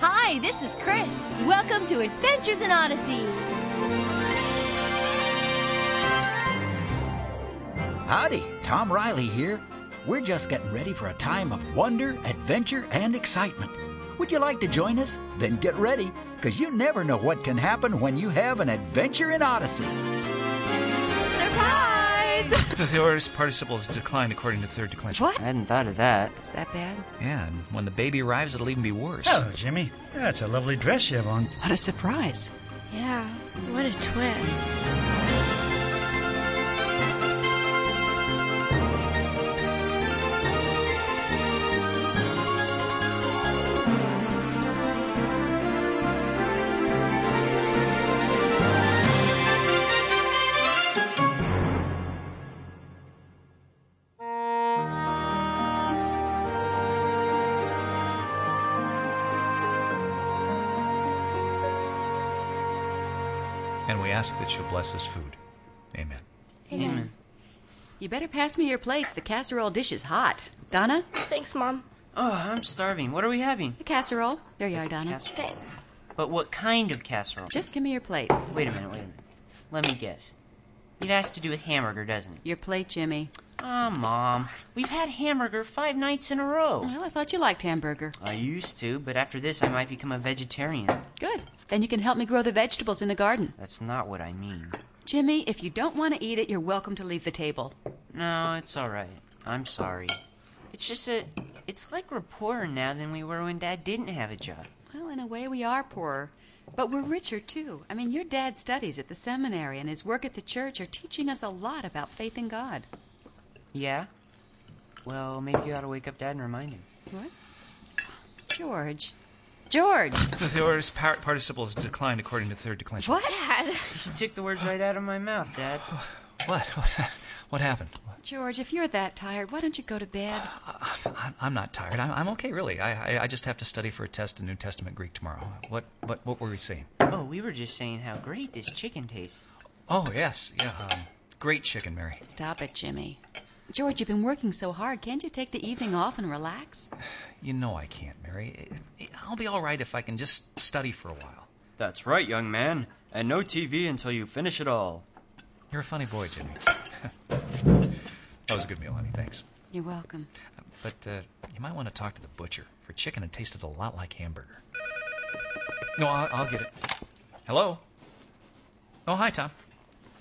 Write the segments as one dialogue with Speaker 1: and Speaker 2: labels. Speaker 1: Hi, this is Chris. Welcome to Adventures in Odyssey.
Speaker 2: Howdy, Tom Riley here. We're just getting ready for a time of wonder, adventure, and excitement. Would you like to join us? Then get ready, because you never know what can happen when you have an adventure in Odyssey.
Speaker 1: Surprise!
Speaker 3: The aorist participles decline according to third declension.
Speaker 4: I hadn't thought of that.
Speaker 5: Is that bad?
Speaker 3: Yeah, and when the baby arrives, it'll even be worse.
Speaker 6: Hello, Jimmy. That's a lovely dress you have on.
Speaker 5: What a surprise.
Speaker 7: Yeah, what a twist.
Speaker 3: And we ask that you bless this food. Amen.
Speaker 5: Amen. You better pass me your plates. The casserole dish is hot. Donna,
Speaker 7: Thanks, Mom.
Speaker 4: Oh, I'm starving. What are we having?
Speaker 5: the casserole. There you are, Donna.
Speaker 4: Casserole.
Speaker 7: Thanks.
Speaker 4: But what kind of casserole?
Speaker 5: Just give me your plate.
Speaker 4: Wait a minute, wait a minute. Let me guess. It has to do with hamburger, doesn't it?
Speaker 5: Your plate, Jimmy.
Speaker 4: Ah, Mom. We've had hamburger five nights in a row.
Speaker 5: Well, I thought you liked hamburger.
Speaker 4: I used to, but after this I might become a vegetarian.
Speaker 5: Good. Then you can help me grow the vegetables in the garden.
Speaker 4: That's not what I mean.
Speaker 5: Jimmy, if you don't want to eat it, you're welcome to leave the table.
Speaker 4: No, it's alright. I'm sorry. It's just a. It's like we're poorer now than we were when Dad didn't have a job.
Speaker 5: Well, in a way, we are poorer, but we're richer, too. I mean, your dad studies at the seminary, and his work at the church are teaching us a lot about faith in God.
Speaker 4: Yeah? Well, maybe you ought to wake up Dad and remind him.
Speaker 5: What? George. George!
Speaker 3: The aorist par- participles decline according to third declension.
Speaker 5: What?
Speaker 7: Dad.
Speaker 4: You took the words right out of my mouth, Dad.
Speaker 3: What? What, what happened?
Speaker 5: George, if you're that tired, why don't you go to bed?
Speaker 3: I'm, I'm not tired. I'm, I'm okay, really. I, I, I just have to study for a test in New Testament Greek tomorrow. What, what, what were we saying?
Speaker 4: Oh, we were just saying how great this chicken tastes.
Speaker 3: Oh, yes. Yeah. Um, great chicken, Mary.
Speaker 5: Stop it, Jimmy. George, you've been working so hard. Can't you take the evening off and relax?
Speaker 3: You know I can't, Mary. I- I'll be all right if I can just study for a while.
Speaker 4: That's right, young man. And no TV until you finish it all.
Speaker 3: You're a funny boy, Jimmy. that was a good meal, honey. Thanks.
Speaker 5: You're welcome.
Speaker 3: But uh, you might want to talk to the butcher for chicken that tasted a lot like hamburger. No, I'll, I'll get it. Hello. Oh, hi, Tom.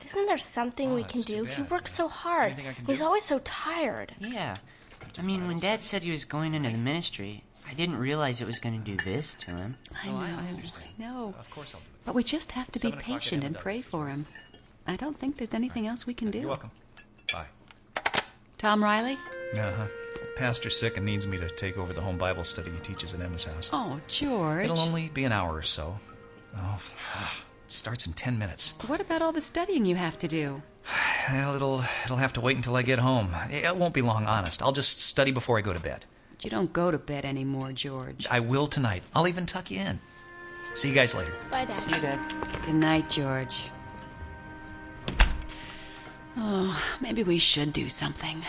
Speaker 7: Isn't there something we
Speaker 3: that's
Speaker 7: can
Speaker 3: Ah, too
Speaker 7: do? He
Speaker 3: bad.
Speaker 7: works so hard.
Speaker 3: Anything I can
Speaker 7: He's
Speaker 3: do?
Speaker 7: always so tired.
Speaker 4: Yeah. I mean, when Dad said he was going into the ministry, I didn't realize it was going to do this to him.
Speaker 5: I
Speaker 3: No,
Speaker 5: know.
Speaker 3: Oh, I- I understand.
Speaker 5: know.
Speaker 3: Of course I'll do it.
Speaker 5: But we just have to be
Speaker 3: Seven o'clock, I
Speaker 5: patient
Speaker 3: haven't
Speaker 5: and
Speaker 3: done
Speaker 5: pray
Speaker 3: this.
Speaker 5: for him. I don't think there's anything else we can do.
Speaker 3: You're welcome. Bye.
Speaker 5: Tom Riley?
Speaker 3: Uh huh. Pastor's sick and needs me to take over the home Bible study he teaches at Emma's house.
Speaker 5: Oh, George.
Speaker 3: It'll only be an hour or so. Oh, it starts in ten minutes.
Speaker 5: What about all the studying you have to do?
Speaker 3: Well, it'll it'll have to wait until I get home. It won't be long, honest. I'll just study before I go to bed.
Speaker 5: But you don't go to bed anymore, George.
Speaker 3: I will tonight. I'll even tuck you in. See you guys later.
Speaker 7: Bye, Dad.
Speaker 4: See you, Dad.
Speaker 5: Good night, George. Oh, maybe we should do something.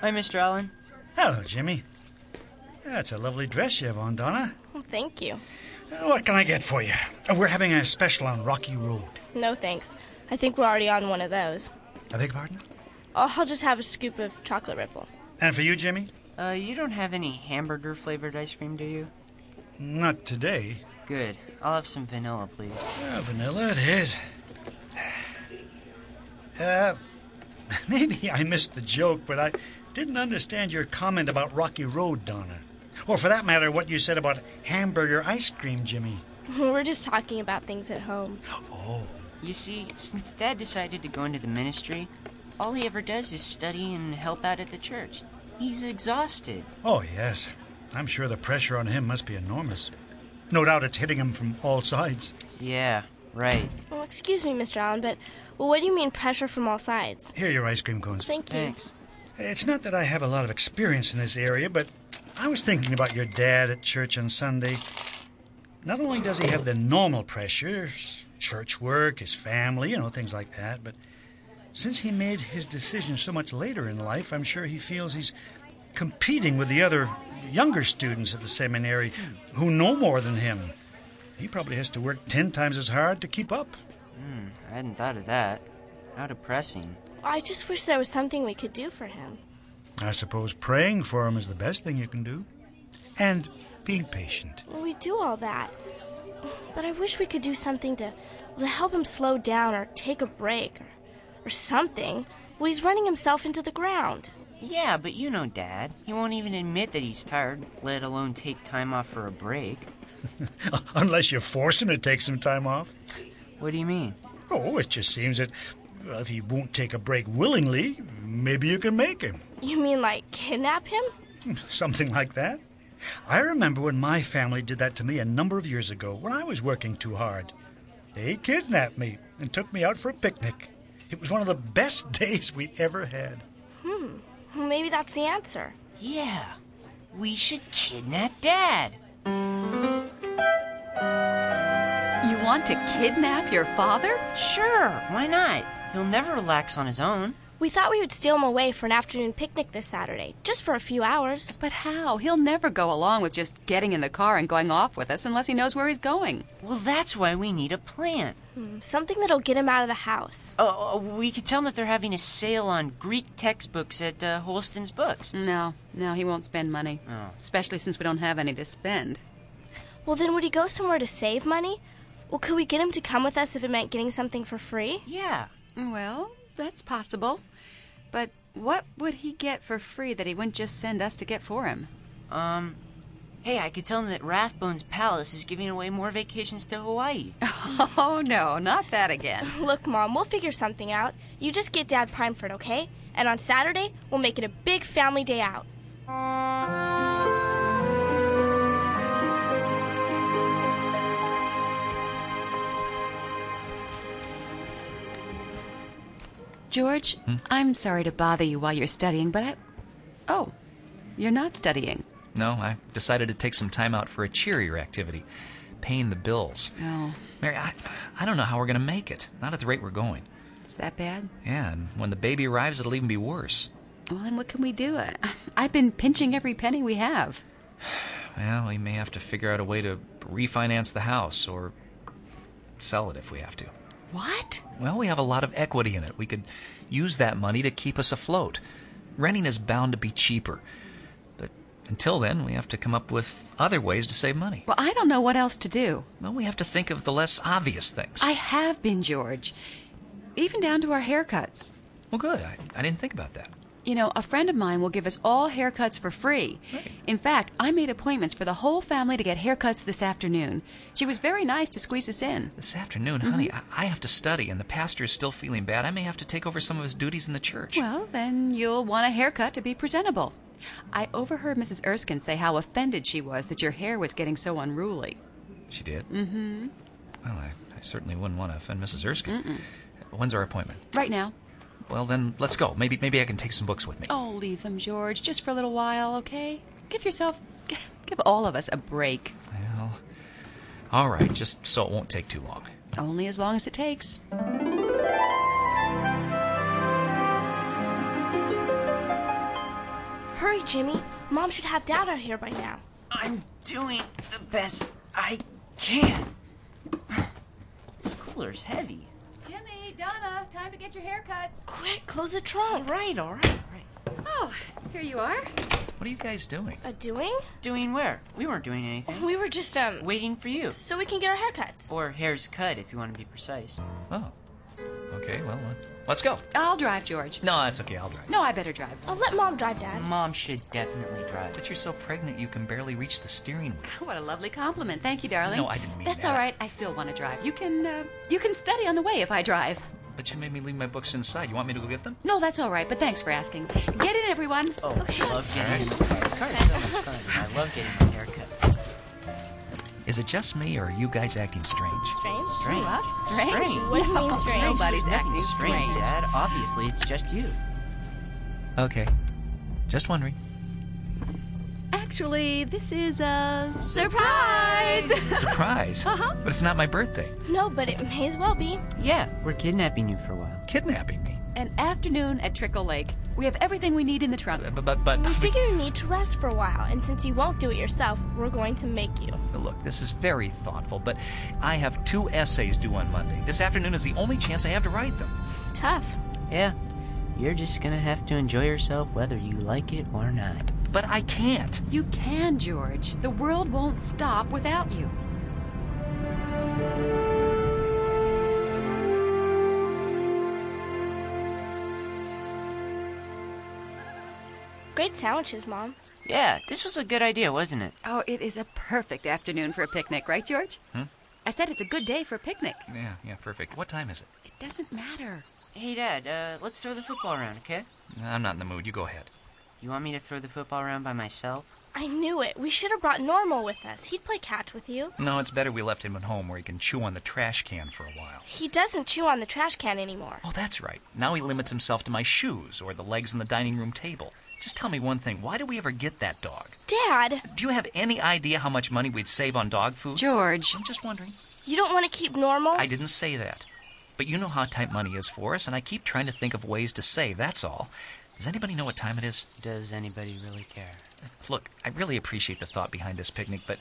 Speaker 4: Hi, Mr. Allen.
Speaker 6: Hello, Jimmy. That's a lovely dress you have on, Donna.
Speaker 7: Well, thank you.
Speaker 6: Uh, What can I get for you? Oh, we're having a special on Rocky Road.
Speaker 7: No thanks. I think we're already on one of those.
Speaker 6: I beg your pardon?
Speaker 7: Oh, I'll just have a scoop of chocolate ripple.
Speaker 6: And for you, Jimmy?
Speaker 4: Uh, you don't have any hamburger flavored ice cream, do you?
Speaker 6: Not today.
Speaker 4: Good. I'll have some vanilla, please.
Speaker 6: Ah, vanilla it is. Uh, maybe I missed the joke, but I didn't understand your comment about Rocky Road, Donna. Or for that matter, what you said about hamburger ice cream, Jimmy.
Speaker 7: We're just talking about things at home.
Speaker 6: Oh,
Speaker 4: You see, since Dad decided to go into the ministry, all he ever does is study and help out at the church. He's exhausted.
Speaker 6: Oh, yes. I'm sure the pressure on him must be enormous. No doubt it's hitting him from all sides.
Speaker 4: Yeah, Right.
Speaker 7: Well, Oh, excuse me, Mr. Allen, but well, what do you mean pressure from all sides?
Speaker 6: Here are your ice cream cones.
Speaker 7: Thank you.
Speaker 4: Thanks.
Speaker 6: It's not that I have a lot of experience in this area, but I was thinking about your dad at church on Sunday. Not only does he have the normal pressures, church work, his family, you know, things like that, but since he made his decision so much later in life, I'm sure he feels he's competing with the other younger students at the seminary who know more than him. He probably has to work ten times as hard to keep up.
Speaker 4: Hmm, I hadn't thought of that. How depressing.
Speaker 7: I just wish there was something we could do for him.
Speaker 6: I suppose praying for him is the best thing you can do. And being patient.
Speaker 7: Well, we do all that, but I wish we could do something to to help him slow down or take a break or, or something. Well, he's running himself into the ground.
Speaker 4: Yeah, but you know Dad. He won't even admit that he's tired, let alone take time off for a break.
Speaker 6: Unless you force him to take some time off.
Speaker 4: What do you mean?
Speaker 6: Oh, it just seems that well, if he won't take a break willingly, maybe you can make him.
Speaker 7: You mean like kidnap him?
Speaker 6: Something like that. I remember when my family did that to me a number of years ago when I was working too hard. They kidnapped me and took me out for a picnic. It was one of the best days we ever had.
Speaker 7: Hmm. Well, maybe that's the answer.
Speaker 4: Yeah, we should kidnap Dad.
Speaker 5: You want to kidnap your father?
Speaker 4: Sure, why not? He'll never relax on his own.
Speaker 7: We thought we would steal him away for an afternoon picnic this Saturday, just for a few hours.
Speaker 5: But how? He'll never go along with just getting in the car and going off with us unless he knows where he's going.
Speaker 4: Well, that's why we need a plan.
Speaker 7: Hmm, Something that'll get him out of the house.
Speaker 4: Oh, oh, we could tell him that they're having a sale on Greek textbooks at uh, Holston's Books.
Speaker 5: No, no, he won't spend money.
Speaker 4: Oh.
Speaker 5: Especially since we don't have any to spend.
Speaker 7: Well, then would he go somewhere to save money? Well, could we get him to come with us if it meant getting something for free?
Speaker 4: Yeah,
Speaker 5: Well, that's possible. But what would he get for free that he wouldn't just send us to get for him?
Speaker 4: um, hey, I could tell him that Rathbone's Palace is giving away more vacations to Hawaii.
Speaker 5: Oh, no, not that again.
Speaker 7: Look, Mom, we'll figure something out. You just get Dad primed for it, okay? And on Saturday, we'll make it a big family day out.
Speaker 5: George, I'm sorry to bother you while you're studying, but I. Oh, you're not studying.
Speaker 3: No, I decided to take some time out for a cheerier activity, paying the bills.
Speaker 5: Oh,
Speaker 3: Mary, I, I don't know how we're going to make it. Not at the rate we're going.
Speaker 5: is that bad?
Speaker 3: Yeah, and when the baby arrives, it'll even be worse.
Speaker 5: Well, then what can we do? I, I've been pinching every penny we have.
Speaker 3: Well, we may have to figure out a way to refinance the house or sell it if we have to.
Speaker 5: What?
Speaker 3: Well, we have a lot of equity in it. We could use that money to keep us afloat. Renting is bound to be cheaper. But until then, we have to come up with other ways to save money.
Speaker 5: Well, I don't know what else to do.
Speaker 3: Well, we have to think of the less obvious things.
Speaker 5: I have been, George. Even down to our haircuts.
Speaker 3: Well, good. I, I didn't think about that.
Speaker 5: You know, a friend of mine will give us all haircuts for free. In fact, I made appointments for the whole family to get haircuts this afternoon. She was very nice to squeeze us in.
Speaker 3: This afternoon, honey, I,
Speaker 5: Mm-hmm.
Speaker 3: I have to study, and the pastor is still feeling bad. I may have to take over some of his duties in the church.
Speaker 5: Well, then you'll want a haircut to be presentable. I overheard Mrs. Erskine say how offended she was that your hair was getting so unruly.
Speaker 3: she did? Mm-hmm. Well, I, I certainly wouldn't want to offend Mrs. Erskine. When's our appointment?
Speaker 5: Right now.
Speaker 3: Well, then, let's go. Maybe maybe I can take some books with me.
Speaker 5: Oh, leave them, George, just for a little while, okay? Give yourself, give all of us a break.
Speaker 3: Well, all right, just so it won't take too long.
Speaker 5: Only as long as it takes.
Speaker 7: Hurry, Jimmy. Mom should have Dad out here by now.
Speaker 4: I'm doing the best I can. This cooler's heavy.
Speaker 5: Jimmy, Donna, time to get your haircuts.
Speaker 7: Quick, close the trunk.
Speaker 4: Right, all right, all right.
Speaker 5: Oh, here you are.
Speaker 3: What are you guys doing?
Speaker 5: Uh,
Speaker 7: A doing?
Speaker 4: Doing where? We weren't doing anything.
Speaker 7: We were just, um,
Speaker 4: Waiting for you.
Speaker 7: so we can get our haircuts.
Speaker 4: Or hair's cut, if you want to be precise.
Speaker 3: Oh, okay. Well, uh, let's go.
Speaker 5: I'll drive, George.
Speaker 3: No, it's okay. I'll drive.
Speaker 5: No, I better drive.
Speaker 7: I'll let Mom drive Dad.
Speaker 4: Mom should definitely drive.
Speaker 3: But you're so pregnant, you can barely reach the steering wheel.
Speaker 5: What a lovely compliment. Thank you, darling.
Speaker 3: No, I didn't mean
Speaker 5: That's
Speaker 3: that.
Speaker 5: all right. I still want to drive. You can uh, you can study on the way if I drive.
Speaker 3: But you made me leave my books inside. You want me to go get them?
Speaker 5: No, that's all right. But thanks for asking. Get in, everyone.
Speaker 4: Oh, I love getting my haircut. I love getting my haircut.
Speaker 3: Is it just me, or are you guys acting strange?
Speaker 7: Strange?
Speaker 4: Strange.
Speaker 5: that's strange.
Speaker 4: Strange.
Speaker 7: What do you mean
Speaker 5: No,
Speaker 7: strange?
Speaker 5: Nobody's
Speaker 4: Nothing
Speaker 5: acting
Speaker 4: strange,
Speaker 5: strange.
Speaker 4: Dad. Obviously, it's just you.
Speaker 3: Okay. Just wondering.
Speaker 1: Actually, this is a surprise.
Speaker 3: Surprise.
Speaker 1: Uh-huh.
Speaker 3: But it's not my birthday.
Speaker 7: No, but it may as well be.
Speaker 4: Yeah, we're kidnapping you for a while.
Speaker 3: Kidnapping me.
Speaker 5: An afternoon at Trickle Lake. We have everything we need in the trunk.
Speaker 3: But, but, but,
Speaker 7: We figure you need to rest for a while, and since you won't do it yourself, we're going to make you.
Speaker 3: look, this is very thoughtful, but I have two essays due on Monday. This afternoon is the only chance I have to write them.
Speaker 7: Tough.
Speaker 4: Yeah. You're just gonna have to enjoy yourself whether you like it or not.
Speaker 3: But I can't.
Speaker 5: You can, George. The world won't stop without you.
Speaker 7: Great sandwiches, Mom.
Speaker 4: Yeah, this was a good idea, wasn't it?
Speaker 5: Oh, it is a perfect afternoon for a picnic, right, George?
Speaker 3: Hmm?
Speaker 5: I said it's a good day for a picnic.
Speaker 3: Yeah, yeah, perfect. What time is it?
Speaker 5: It doesn't matter.
Speaker 4: Hey, Dad, uh, let's throw the football around, okay?
Speaker 3: I'm not in the mood. You go ahead.
Speaker 4: You want me to throw the football around by myself?
Speaker 7: I knew it. We should have brought Normal with us. He'd play catch with you.
Speaker 3: No, it's better we left him at home where he can chew on the trash can for a while.
Speaker 7: He doesn't chew on the trash can anymore.
Speaker 3: Oh, that's right. Now he limits himself to my shoes or the legs on the dining room table. Just tell me one thing. Why did we ever get that dog?
Speaker 7: Dad,
Speaker 3: Do you have any idea how much money we'd save on dog food?
Speaker 5: George,
Speaker 3: I'm just wondering.
Speaker 7: you don't want to keep Normal?
Speaker 3: I didn't say that. But you know how tight money is for us, and I keep trying to think of ways to save, that's all. Does anybody know what time it is?
Speaker 4: Does anybody really care?
Speaker 3: Look, I really appreciate the thought behind this picnic, but,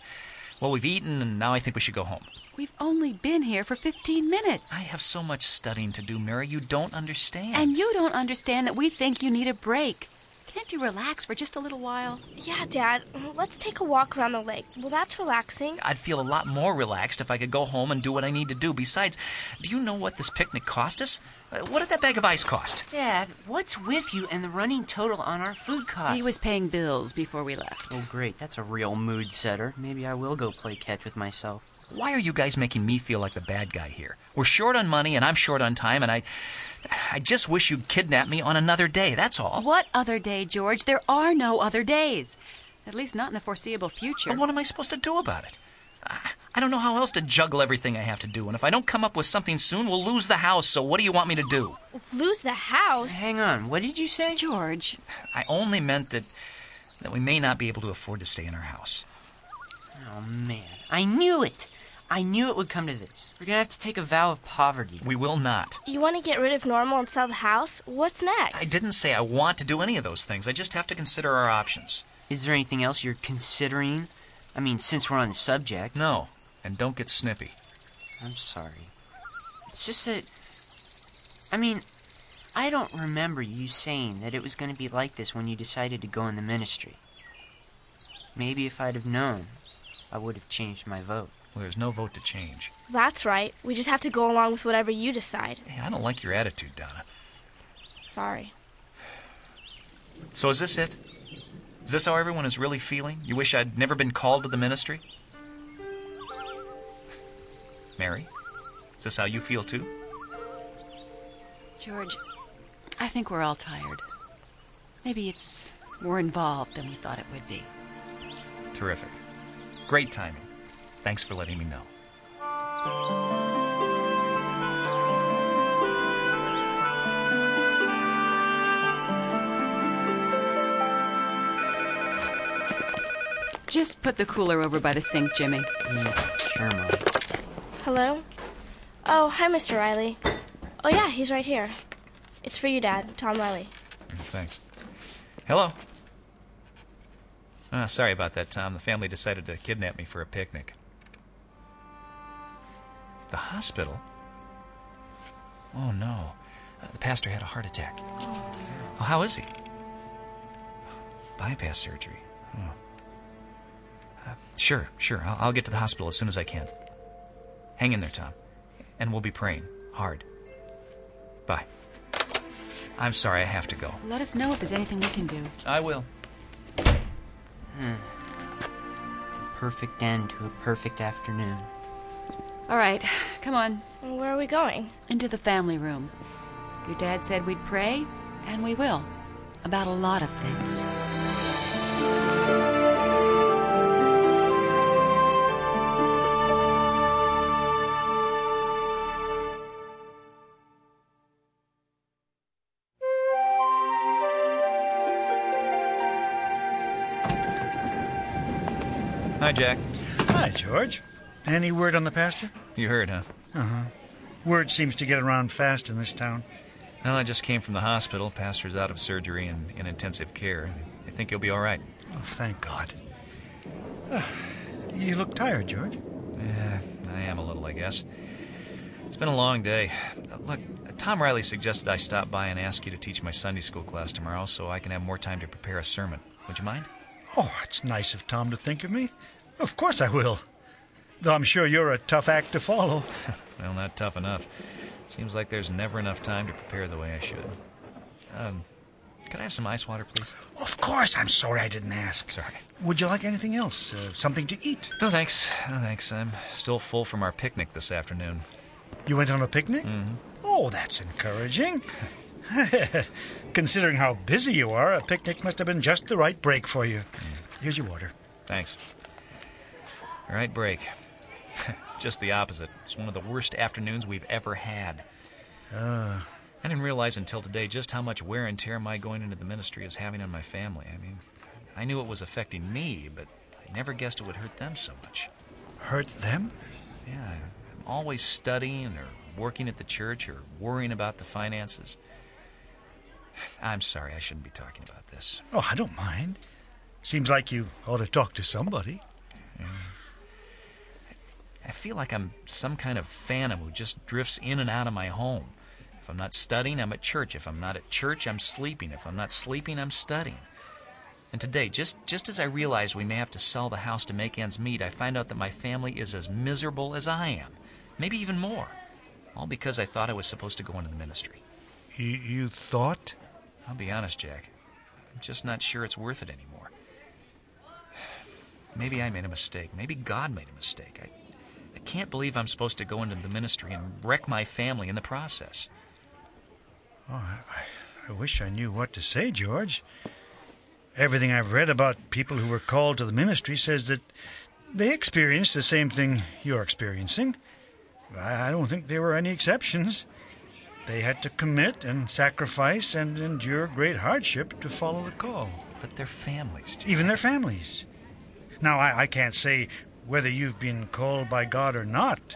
Speaker 3: well, we've eaten, and now I think we should go home.
Speaker 5: we've only been here for 15 minutes.
Speaker 3: I have so much studying to do, Mary, you don't understand.
Speaker 5: And you don't understand that we think you need a break. Can't you relax for just a little while?
Speaker 7: Yeah, Dad. Let's take a walk around the lake. Well, that's relaxing.
Speaker 3: I'd feel a lot more relaxed if I could go home and do what I need to do. Besides, do you know what this picnic cost us? Uh, What did that bag of ice cost?
Speaker 4: Dad, what's with you and the running total on our food costs?
Speaker 5: He was paying bills before we left.
Speaker 4: Oh, great. That's a real mood setter. Maybe I will go play catch with myself.
Speaker 3: Why are you guys making me feel like the bad guy here? We're short on money, and I'm short on time, and I, I just wish you'd kidnap me on another day. That's all.
Speaker 5: What other day, George? There are no other days. At least not in the foreseeable future.
Speaker 3: But what am I supposed to do about it? I, I don't know how else to juggle everything I have to do, and if I don't come up with something soon, we'll lose the house. So what do you want me to do?
Speaker 7: Lose the house?
Speaker 4: Hang on, what did you say?
Speaker 5: George,
Speaker 3: I only meant that, that we may not be able to afford to stay in our house.
Speaker 4: Oh, man. I knew it! I knew it would come to this. We're gonna have to take a vow of poverty.
Speaker 3: We will not.
Speaker 7: You want to get rid of Normal and sell the house? What's next?
Speaker 3: I didn't say I want to do any of those things. I just have to consider our options.
Speaker 4: Is there anything else you're considering? I mean, since we're on the subject.
Speaker 3: No, and don't get snippy.
Speaker 4: I'm sorry. It's just that. I mean, I don't remember you saying that it was going to be like this when you decided to go in the ministry. Maybe if I'd have known, I would have changed my vote.
Speaker 3: Well, there's no vote to change.
Speaker 7: That's right. We just have to go along with whatever you decide.
Speaker 3: Hey, I don't like your attitude, Donna.
Speaker 7: Sorry.
Speaker 3: So is this it? Is this how everyone is really feeling? You wish I'd never been called to the ministry? Mary? Is this how you feel too?
Speaker 5: George, I think we're all tired. Maybe it's more involved than we thought it would be.
Speaker 3: Terrific. Great timing. Thanks for letting me know.
Speaker 5: Just put the cooler over by the sink, Jimmy.
Speaker 4: Sure, Mom.
Speaker 7: Hello? Oh, hi, Mr. Riley. Oh, yeah, he's right here. It's for you, Dad. Tom Riley.
Speaker 3: Thanks. Hello. Ah, sorry about that, Tom. The family decided to kidnap me for a picnic. The hospital? Oh, no. Uh, the pastor had a heart attack. Well, how is he? Bypass surgery. Oh. Uh, sure, sure. I'll, I'll get to the hospital as soon as I can. Hang in there, Tom. And we'll be praying hard. Bye. I'm sorry, I have to go.
Speaker 5: Let us know if there's anything we can do.
Speaker 3: I will.
Speaker 4: Perfect end to a perfect afternoon.
Speaker 5: All right, come on.
Speaker 7: And where are we going?
Speaker 5: Into the family room. Your dad said we'd pray, and we will. About a lot of things.
Speaker 3: Hi, Jack.
Speaker 6: Hi, George. Any word on the pastor?
Speaker 3: You heard, huh?
Speaker 6: Word seems to get around fast in this town.
Speaker 3: Well, I just came from the hospital. Pastor's out of surgery and in intensive care. I think he'll be all right.
Speaker 6: Oh, thank God. Ah, you look tired, George.
Speaker 3: Yeah, I am a little, I guess. It's been a long day. Uh, Look, Tom Riley suggested I stop by and ask you to teach my Sunday school class tomorrow so I can have more time to prepare a sermon. Would you mind?
Speaker 6: Oh, it's nice of Tom to think of me. Of course I will. Though I'm sure you're a tough act to follow.
Speaker 3: Well, not tough enough. Seems like there's never enough time to prepare the way I should. Um, could I have some ice water, please?
Speaker 6: Of course, I'm sorry I didn't ask.
Speaker 3: Sorry.
Speaker 6: Would you like anything else? Uh, something to eat?
Speaker 3: No, thanks. No, thanks. I'm still full from our picnic this afternoon.
Speaker 6: You went on a picnic? Oh, that's encouraging. Considering how busy you are, a picnic must have been just the right break for you. Here's your water.
Speaker 3: Thanks. All right, break. Just the opposite. It's one of the worst afternoons we've ever had. I didn't realize until today just how much wear and tear my going into the ministry is having on my family. I mean, I knew it was affecting me, but I never guessed it would hurt them so much.
Speaker 6: Hurt them?
Speaker 3: Yeah, I'm always studying or working at the church or worrying about the finances. I'm sorry, I shouldn't be talking about this.
Speaker 6: Oh, I don't mind. Seems like you ought to talk to somebody.
Speaker 3: I feel like I'm some kind of phantom who just drifts in and out of my home. If I'm not studying, I'm at church. If I'm not at church, I'm sleeping. If I'm not sleeping, I'm studying. And today, just just as I realize we may have to sell the house to make ends meet, I find out that my family is as miserable as I am, maybe even more. All because I thought I was supposed to go into the ministry.
Speaker 6: You, you thought?
Speaker 3: I'll be honest, Jack. I'm just not sure it's worth it anymore. Maybe I made a mistake. Maybe God made a mistake. I, I can't believe I'm supposed to go into the ministry and wreck my family in the process.
Speaker 6: I wish I knew what to say, George. Everything I've read about people who were called to the ministry says that they experienced the same thing you're experiencing. I I don't think there were any exceptions. They had to commit and sacrifice and endure great hardship to follow the call,
Speaker 3: But their families, Jack.
Speaker 6: even their families. Now, I, I can't say whether you've been called by God or not.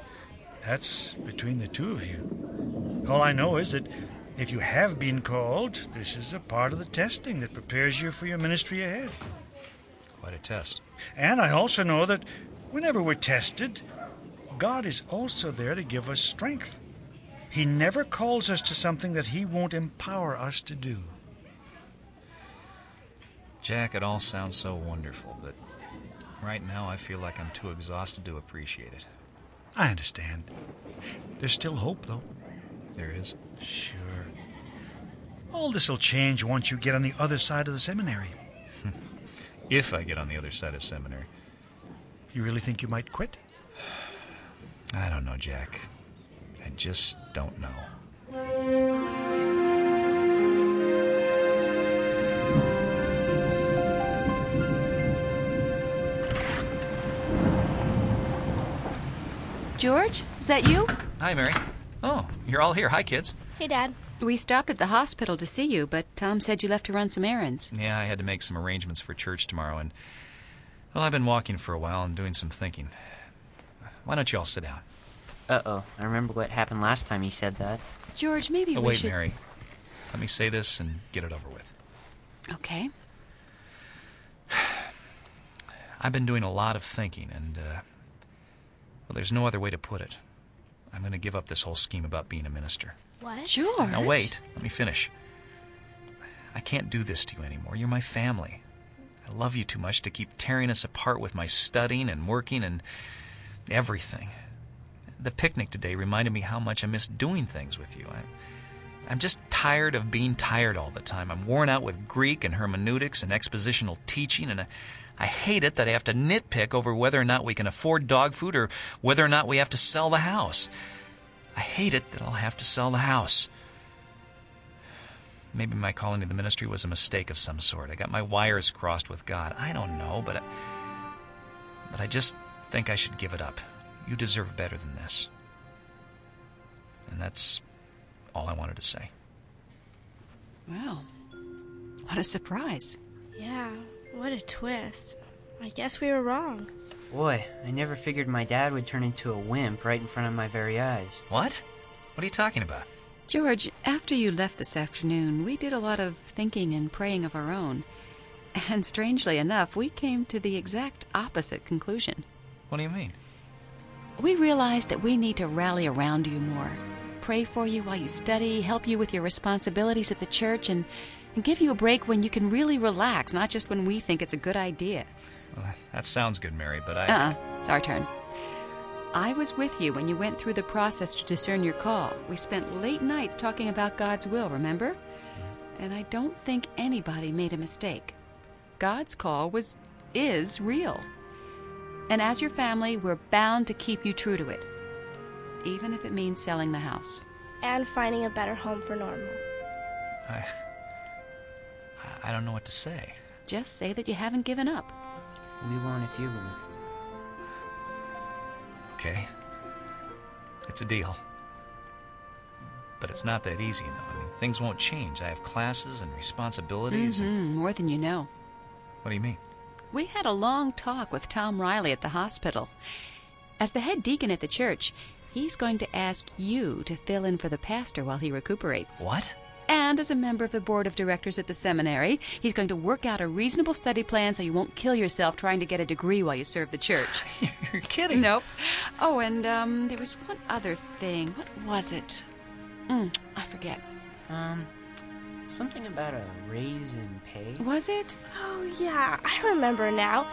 Speaker 6: That's between the two of you. All I know is that if you have been called, this is a part of the testing that prepares you for your ministry ahead.
Speaker 3: Quite a test.
Speaker 6: And I also know that whenever we're tested, God is also there to give us strength. He never calls us to something that He won't empower us to do.
Speaker 3: Jack, it all sounds so wonderful, but right now I feel like I'm too exhausted to appreciate it.
Speaker 6: I understand. There's still hope, though.
Speaker 3: There is.
Speaker 6: Sure. All this will change once you get on the other side of the seminary.
Speaker 3: If I get on the other side of seminary.
Speaker 6: You really think you might quit?
Speaker 3: I don't know, Jack. I just don't know.
Speaker 5: George, is that you?
Speaker 3: Hi, Mary. Oh, you're all here. Hi, kids.
Speaker 7: Hey, Dad.
Speaker 5: We stopped at the hospital to see you, but Tom said you left to run some errands.
Speaker 3: Yeah, I had to make some arrangements for church tomorrow, and. Well, I've been walking for a while and doing some thinking. Why don't you all sit down?
Speaker 4: Uh oh, I remember what happened last time he said that.
Speaker 5: George, maybe
Speaker 3: Oh,
Speaker 5: we
Speaker 3: wait,
Speaker 5: should.
Speaker 3: Mary. Let me say this and get it over with.
Speaker 5: Okay.
Speaker 3: I've been doing a lot of thinking, and, uh, well, there's no other way to put it. I'm going to give up this whole scheme about being a minister.
Speaker 7: What?
Speaker 5: George.
Speaker 3: Now, wait, let me finish. I can't do this to you anymore. You're my family. I love you too much to keep tearing us apart with my studying and working and everything. The picnic today reminded me how much I miss doing things with you. I, I'm just tired of being tired all the time. I'm worn out with Greek and hermeneutics and expositional teaching, and I, I hate it that I have to nitpick over whether or not we can afford dog food or whether or not we have to sell the house. I hate it that I'll have to sell the house. Maybe my calling to the ministry was a mistake of some sort. I got my wires crossed with God. I don't know, but I, but I just think I should give it up. You deserve better than this. And that's all I wanted to say.
Speaker 5: Wow. What a surprise.
Speaker 7: Yeah, what a twist. I guess we were wrong.
Speaker 4: Boy, I never figured my dad would turn into a wimp right in front of my very eyes.
Speaker 3: What? What are you talking about?
Speaker 5: George, after you left this afternoon, we did a lot of thinking and praying of our own. And strangely enough, we came to the exact opposite conclusion.
Speaker 3: What do you mean?
Speaker 5: We realized that we need to rally around you more, pray for you while you study, help you with your responsibilities at the church, and, and give you a break when you can really relax, not just when we think it's a good idea.
Speaker 3: Well, that sounds good, Mary, but I.
Speaker 5: Uh uh It's our turn. I was with you when you went through the process to discern your call. We spent late nights talking about God's will, remember? And I don't think anybody made a mistake. God's call was is real. And as your family, we're bound to keep you true to it, even if it means selling the house.
Speaker 7: And finding a better home for Normal.
Speaker 3: I, I- I don't know what to say.
Speaker 5: Just say that you haven't given up.
Speaker 4: We won't if you won't.
Speaker 3: Okay. It's a deal. But it's not that easy, though. I mean, things won't change. I have classes and responsibilities. and-
Speaker 5: Mhm, more than you know.
Speaker 3: What do you mean?
Speaker 5: We had a long talk with Tom Riley at the hospital. As the head deacon at the church, he's going to ask you to fill in for the pastor while he recuperates.
Speaker 3: What?
Speaker 5: And as a member of the board of directors at the seminary, he's going to work out a reasonable study plan so you won't kill yourself trying to get a degree while you serve the church.
Speaker 3: You're kidding.
Speaker 5: nope. Oh, and um, there was one other thing. What was it? Mm, I forget.
Speaker 4: Um, something about a raise in pay?
Speaker 5: Was it?
Speaker 7: Oh, yeah, I remember now.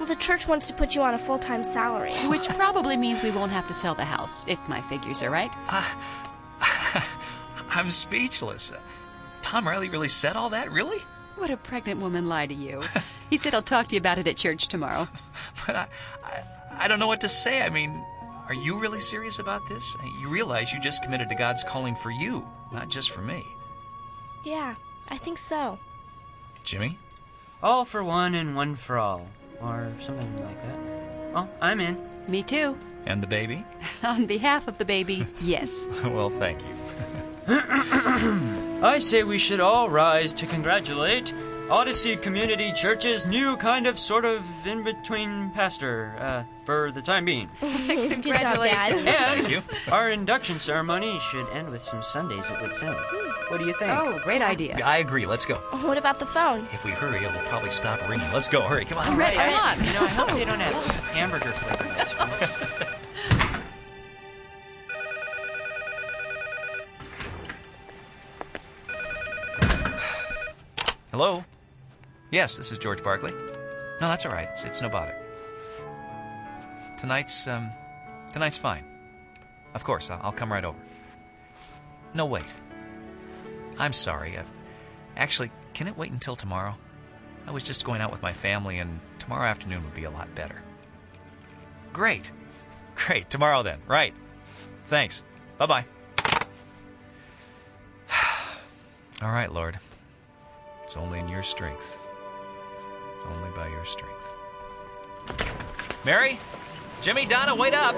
Speaker 7: Well, the church wants to put you on a full time salary.
Speaker 5: Which probably means we won't have to sell the house, if my figures are right.
Speaker 3: I'm speechless. Uh, Tom Riley really said all that? Really?
Speaker 5: Would a pregnant woman lie to you? he said he'll talk to you about it at church tomorrow.
Speaker 3: But I, I, I don't know what to say. I mean, are you really serious about this? Uh, You realize you just committed to God's calling for you, not just for me.
Speaker 7: Yeah, I think so.
Speaker 3: Jimmy?
Speaker 4: All for one and one for all. Or something like that. Well, I'm in.
Speaker 5: Me too.
Speaker 3: And the baby?
Speaker 5: On behalf of the baby, yes.
Speaker 3: well, thank you.
Speaker 4: I say we should all rise to congratulate Odyssey Community Church's new kind of sort of in between pastor, uh, for the time being.
Speaker 7: Good job, Dad.
Speaker 4: And
Speaker 3: you.
Speaker 4: our induction ceremony should end with some Sundays at the Senate. What do you think?
Speaker 5: Oh, great idea.
Speaker 3: I agree. Let's go.
Speaker 7: What about the phone?
Speaker 3: If we hurry, it will probably stop ringing. Let's go. Hurry. Come on.
Speaker 5: Right,
Speaker 4: I-
Speaker 5: come on. Oh.
Speaker 4: You know, I hope they don't have hamburger flavor in this one.
Speaker 3: Hello? Yes, this is George Barkley. No, that's all right. It's, it's no bother. Tonight's, um, tonight's fine. Of course, I'll, I'll come right over. No, wait. I'm sorry. Uh, actually, can it wait until tomorrow? I was just going out with my family, and tomorrow afternoon would be a lot better. Great. Great. Tomorrow then. Right. Thanks. Bye bye. all right, Lord. It's only in your strength. Only by your strength. Mary? Jimmy, Donna, wait up!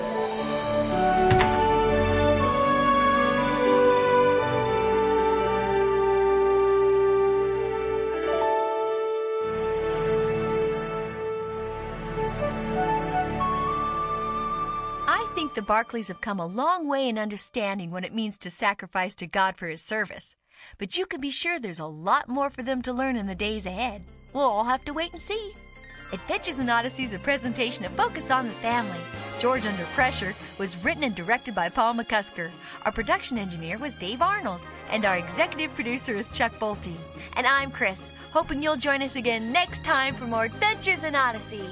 Speaker 1: I think the Barclays have come a long way in understanding what it means to sacrifice to God for His service. But you can be sure there's a lot more for them to learn in the days ahead. We'll all have to wait and see. Adventures in Odyssey is a presentation of Focus on the Family. George Under Pressure was written and directed by Paul McCusker. Our production engineer was Dave Arnold, and our executive producer is Chuck Bolte. And I'm Chris, hoping you'll join us again next time for more Adventures in Odyssey.